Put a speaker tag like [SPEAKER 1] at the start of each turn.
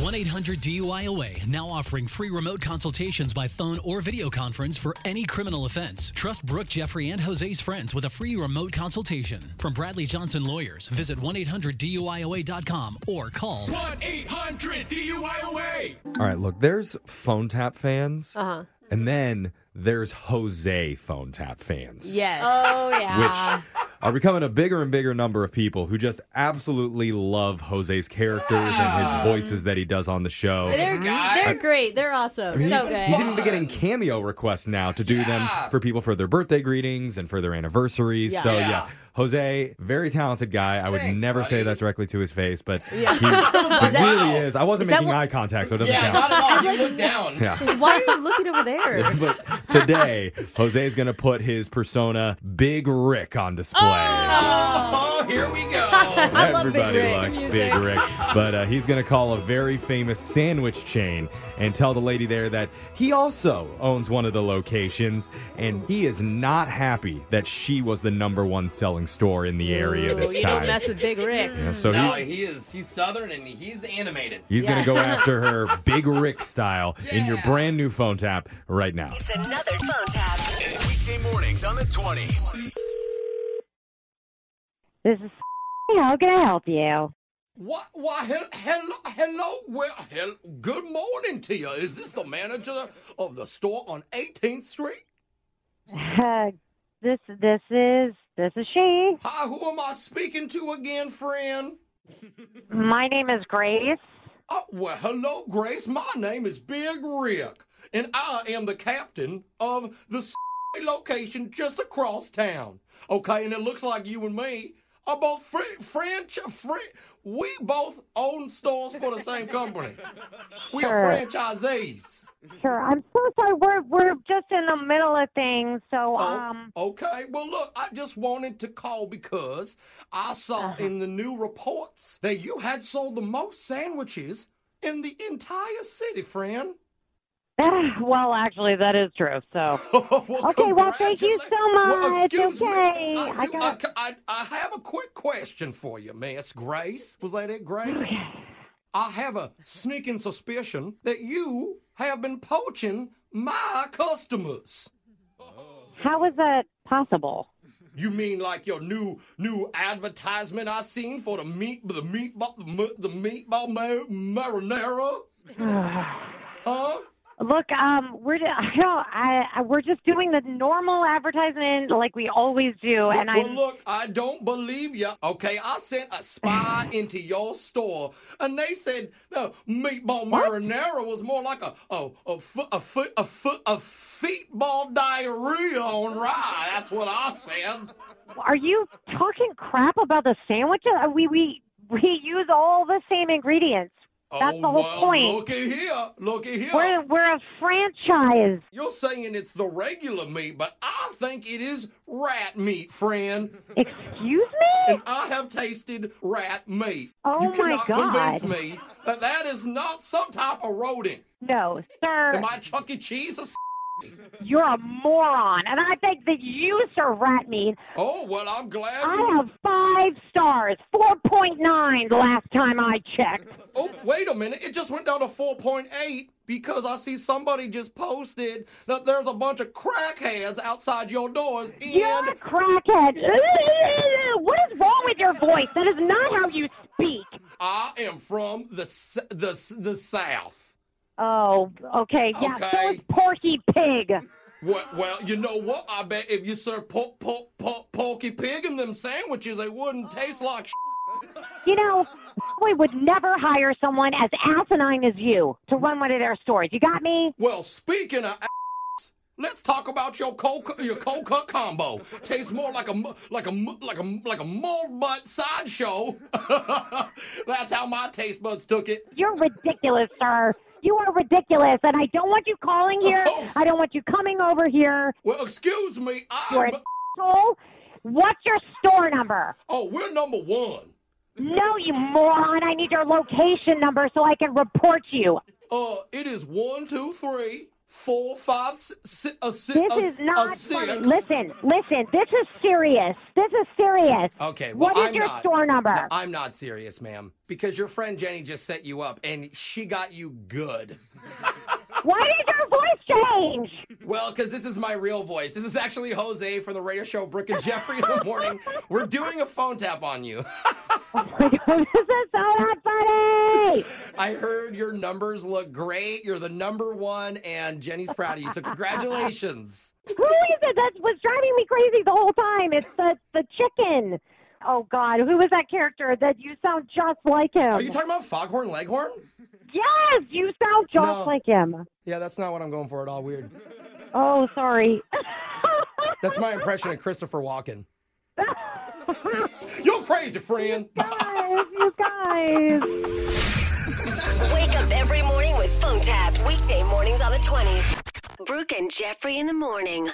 [SPEAKER 1] 1 800 DUIOA now offering free remote consultations by phone or video conference for any criminal offense. Trust Brooke, Jeffrey, and Jose's friends with a free remote consultation. From Bradley Johnson Lawyers, visit 1 800 DUIOA.com or call
[SPEAKER 2] 1 800 DUIOA.
[SPEAKER 3] All right, look, there's phone tap fans, and then there's Jose phone tap fans.
[SPEAKER 4] Yes.
[SPEAKER 5] Oh yeah.
[SPEAKER 3] Which are becoming a bigger and bigger number of people who just absolutely love Jose's characters and his voices that he does on the show.
[SPEAKER 4] They're, they're great. They're awesome.
[SPEAKER 3] I mean,
[SPEAKER 5] So
[SPEAKER 3] he's-
[SPEAKER 5] good.
[SPEAKER 3] He's even been getting cameo requests now to do them for people for their birthday greetings and for their anniversaries.
[SPEAKER 4] Yeah.
[SPEAKER 3] So yeah.
[SPEAKER 2] Yeah.
[SPEAKER 3] Jose, very talented guy. I would
[SPEAKER 2] Thanks,
[SPEAKER 3] never say
[SPEAKER 2] buddy.
[SPEAKER 3] that directly to his face, but
[SPEAKER 4] Yeah.
[SPEAKER 3] he, he
[SPEAKER 4] Is that-
[SPEAKER 3] really is. I wasn't
[SPEAKER 4] Is that
[SPEAKER 3] making
[SPEAKER 4] what-
[SPEAKER 3] eye contact, so it doesn't
[SPEAKER 2] Yeah,
[SPEAKER 3] count.
[SPEAKER 2] not at all. You look down.
[SPEAKER 3] Yeah.
[SPEAKER 4] Why are you looking over there?
[SPEAKER 3] but today, Jose is going to put his persona Big Rick on display.
[SPEAKER 2] Oh, here we go.
[SPEAKER 4] I love Big
[SPEAKER 3] Everybody
[SPEAKER 4] Rick
[SPEAKER 3] likes
[SPEAKER 5] music.
[SPEAKER 3] Big Rick, but uh, he's going to call a very famous sandwich chain and tell the lady there that he also owns one of the locations, and he is not happy that she was the number one selling store in the area
[SPEAKER 4] Ooh,
[SPEAKER 3] this
[SPEAKER 4] Mm. you
[SPEAKER 3] time.
[SPEAKER 4] don't mess with Big Rick.
[SPEAKER 3] Yeah, so
[SPEAKER 2] No,
[SPEAKER 3] he,
[SPEAKER 2] he is. He's southern and he's animated.
[SPEAKER 3] he's going
[SPEAKER 4] Yeah.
[SPEAKER 3] to go after her Big Rick style in your
[SPEAKER 2] Yeah.
[SPEAKER 3] brand new phone tap right now.
[SPEAKER 6] It's another phone tap.
[SPEAKER 7] Weekday mornings on the 20s.
[SPEAKER 8] This is how can I help you?
[SPEAKER 2] What? Why? hel- Hello, hello. Well, hel- good morning to you. Is this the manager of the store on 18th Street?
[SPEAKER 8] Uh, this this is this is she.
[SPEAKER 2] Hi, who am I speaking to again, friend?
[SPEAKER 8] My name is Grace.
[SPEAKER 2] Oh, well, hello, Grace. My name is Big Rick, and I am the captain of the location just across town. Okay, and it looks like you and me are both fr- French. Fr- we both own stores for the same company. We are
[SPEAKER 8] Sure.
[SPEAKER 2] franchisees.
[SPEAKER 8] Sure, I'm so sorry. We're we're just in the middle of things, so
[SPEAKER 2] Oh,
[SPEAKER 8] um,
[SPEAKER 2] okay. Well, look, I just wanted to call because I saw
[SPEAKER 8] Uh-huh.
[SPEAKER 2] in the new reports that you had sold the most sandwiches in the entire city, friend.
[SPEAKER 8] well, actually, that is true. So
[SPEAKER 2] well,
[SPEAKER 8] Okay, well, thank you so
[SPEAKER 2] congratulate-
[SPEAKER 8] much.
[SPEAKER 2] excuse
[SPEAKER 8] Okay,
[SPEAKER 2] me. I,
[SPEAKER 8] I
[SPEAKER 2] do, I,
[SPEAKER 8] got-
[SPEAKER 2] ca- I, I have a quick question for you, Miss Grace. Was that it, Grace? I have a sneaking suspicion that you have been poaching my customers.
[SPEAKER 8] how is that possible?
[SPEAKER 2] You mean like your new new advertisement I seen for the meat the meatball the, mu- the meatball ma- marinara? huh?
[SPEAKER 8] Look, um, we're ju- I don't, I, I we're just doing the normal advertisement like we always do, and
[SPEAKER 2] well,
[SPEAKER 8] I'm
[SPEAKER 2] look, I don't believe you. Okay, I sent a spy into your store, and they said no, meatball marinara was more like a a a foot a foot a foot a feetball diarrhea on rye. That's what I said.
[SPEAKER 8] Are you talking crap about the sandwiches? Uh, We we we use all the same ingredients. That's
[SPEAKER 2] oh,
[SPEAKER 8] the whole
[SPEAKER 2] well,
[SPEAKER 8] point.
[SPEAKER 2] Looky here, looky here.
[SPEAKER 8] We're we're a franchise.
[SPEAKER 2] You're saying it's the regular meat, but I think it is rat meat, friend.
[SPEAKER 8] Excuse me?
[SPEAKER 2] And I have tasted rat meat.
[SPEAKER 8] Oh
[SPEAKER 2] you
[SPEAKER 8] my
[SPEAKER 2] cannot
[SPEAKER 8] God.
[SPEAKER 2] convince me that that is not some type of rodent.
[SPEAKER 8] No, sir.
[SPEAKER 2] Am I Chuck E. Cheese or s-
[SPEAKER 8] You're a moron, and I think that you, sir, rat meat.
[SPEAKER 2] Oh, well, I'm glad
[SPEAKER 8] I
[SPEAKER 2] you...
[SPEAKER 8] have five stars, four point nine last time I checked.
[SPEAKER 2] Oh, wait a minute. It just went down to 4.8 because I see somebody just posted that there's a bunch of crackheads outside your doors and...
[SPEAKER 8] You're a crackhead. What is wrong with your voice? That is not how you speak.
[SPEAKER 2] I am from the s- the s- the South.
[SPEAKER 8] Oh, okay, yeah. So
[SPEAKER 2] Okay.
[SPEAKER 8] is Porky Pig.
[SPEAKER 2] What, well, you know what? I bet if you served po- po- po- Porky Pig in them sandwiches, they wouldn't taste like sh-
[SPEAKER 8] You know, we would never hire someone as asinine as you to run one of their stores. You got me?
[SPEAKER 2] Well, speaking of ass, let's talk about your cold cu- your cold cut combo. Tastes more like a mu- like a mu- like a mu- like a mold butt sideshow. That's how my taste buds took it.
[SPEAKER 8] You're ridiculous, sir. You are ridiculous, and I don't want you calling here.
[SPEAKER 2] Oh,
[SPEAKER 8] I don't want you coming over here.
[SPEAKER 2] Well, excuse me.
[SPEAKER 8] You're
[SPEAKER 2] I'm,
[SPEAKER 8] an asshole. What's your store number?
[SPEAKER 2] oh, we're number one.
[SPEAKER 8] No, you moron. I need your location number so I can report you.
[SPEAKER 2] Uh, it is one, two, three, four, five, si- si- a si-
[SPEAKER 8] This
[SPEAKER 2] a-
[SPEAKER 8] is
[SPEAKER 2] a
[SPEAKER 8] not
[SPEAKER 2] six.
[SPEAKER 8] funny. Listen, listen. This is serious. This is serious.
[SPEAKER 2] Okay. Well,
[SPEAKER 8] What is
[SPEAKER 2] I'm
[SPEAKER 8] your
[SPEAKER 2] not,
[SPEAKER 8] store number?
[SPEAKER 2] No, I'm not serious, ma'am, because your friend Jenny just set you up, and she got you good.
[SPEAKER 8] Why did your voice change?
[SPEAKER 2] Well, because this is my real voice. This is actually Jose from the radio show Brick and Jeffrey in the morning. We're doing a phone tap on you.
[SPEAKER 8] this is so not funny.
[SPEAKER 2] I heard your numbers look great. You're the number one, and Jenny's proud of you. So congratulations.
[SPEAKER 8] Who is it that was driving me crazy the whole time? It's the the chicken. Oh God, who was that character that you sound just like him?
[SPEAKER 2] Are you talking about Foghorn Leghorn?
[SPEAKER 8] yes, you sound just
[SPEAKER 2] No.
[SPEAKER 8] like him.
[SPEAKER 2] Yeah, that's not what I'm going for at all. Weird.
[SPEAKER 8] Oh, sorry.
[SPEAKER 2] That's my impression of Christopher Walken. You're crazy, friend.
[SPEAKER 8] guys, you guys.
[SPEAKER 5] Wake up every morning with phone taps. Weekday mornings on the 20s. Brooke and Jeffrey in the morning.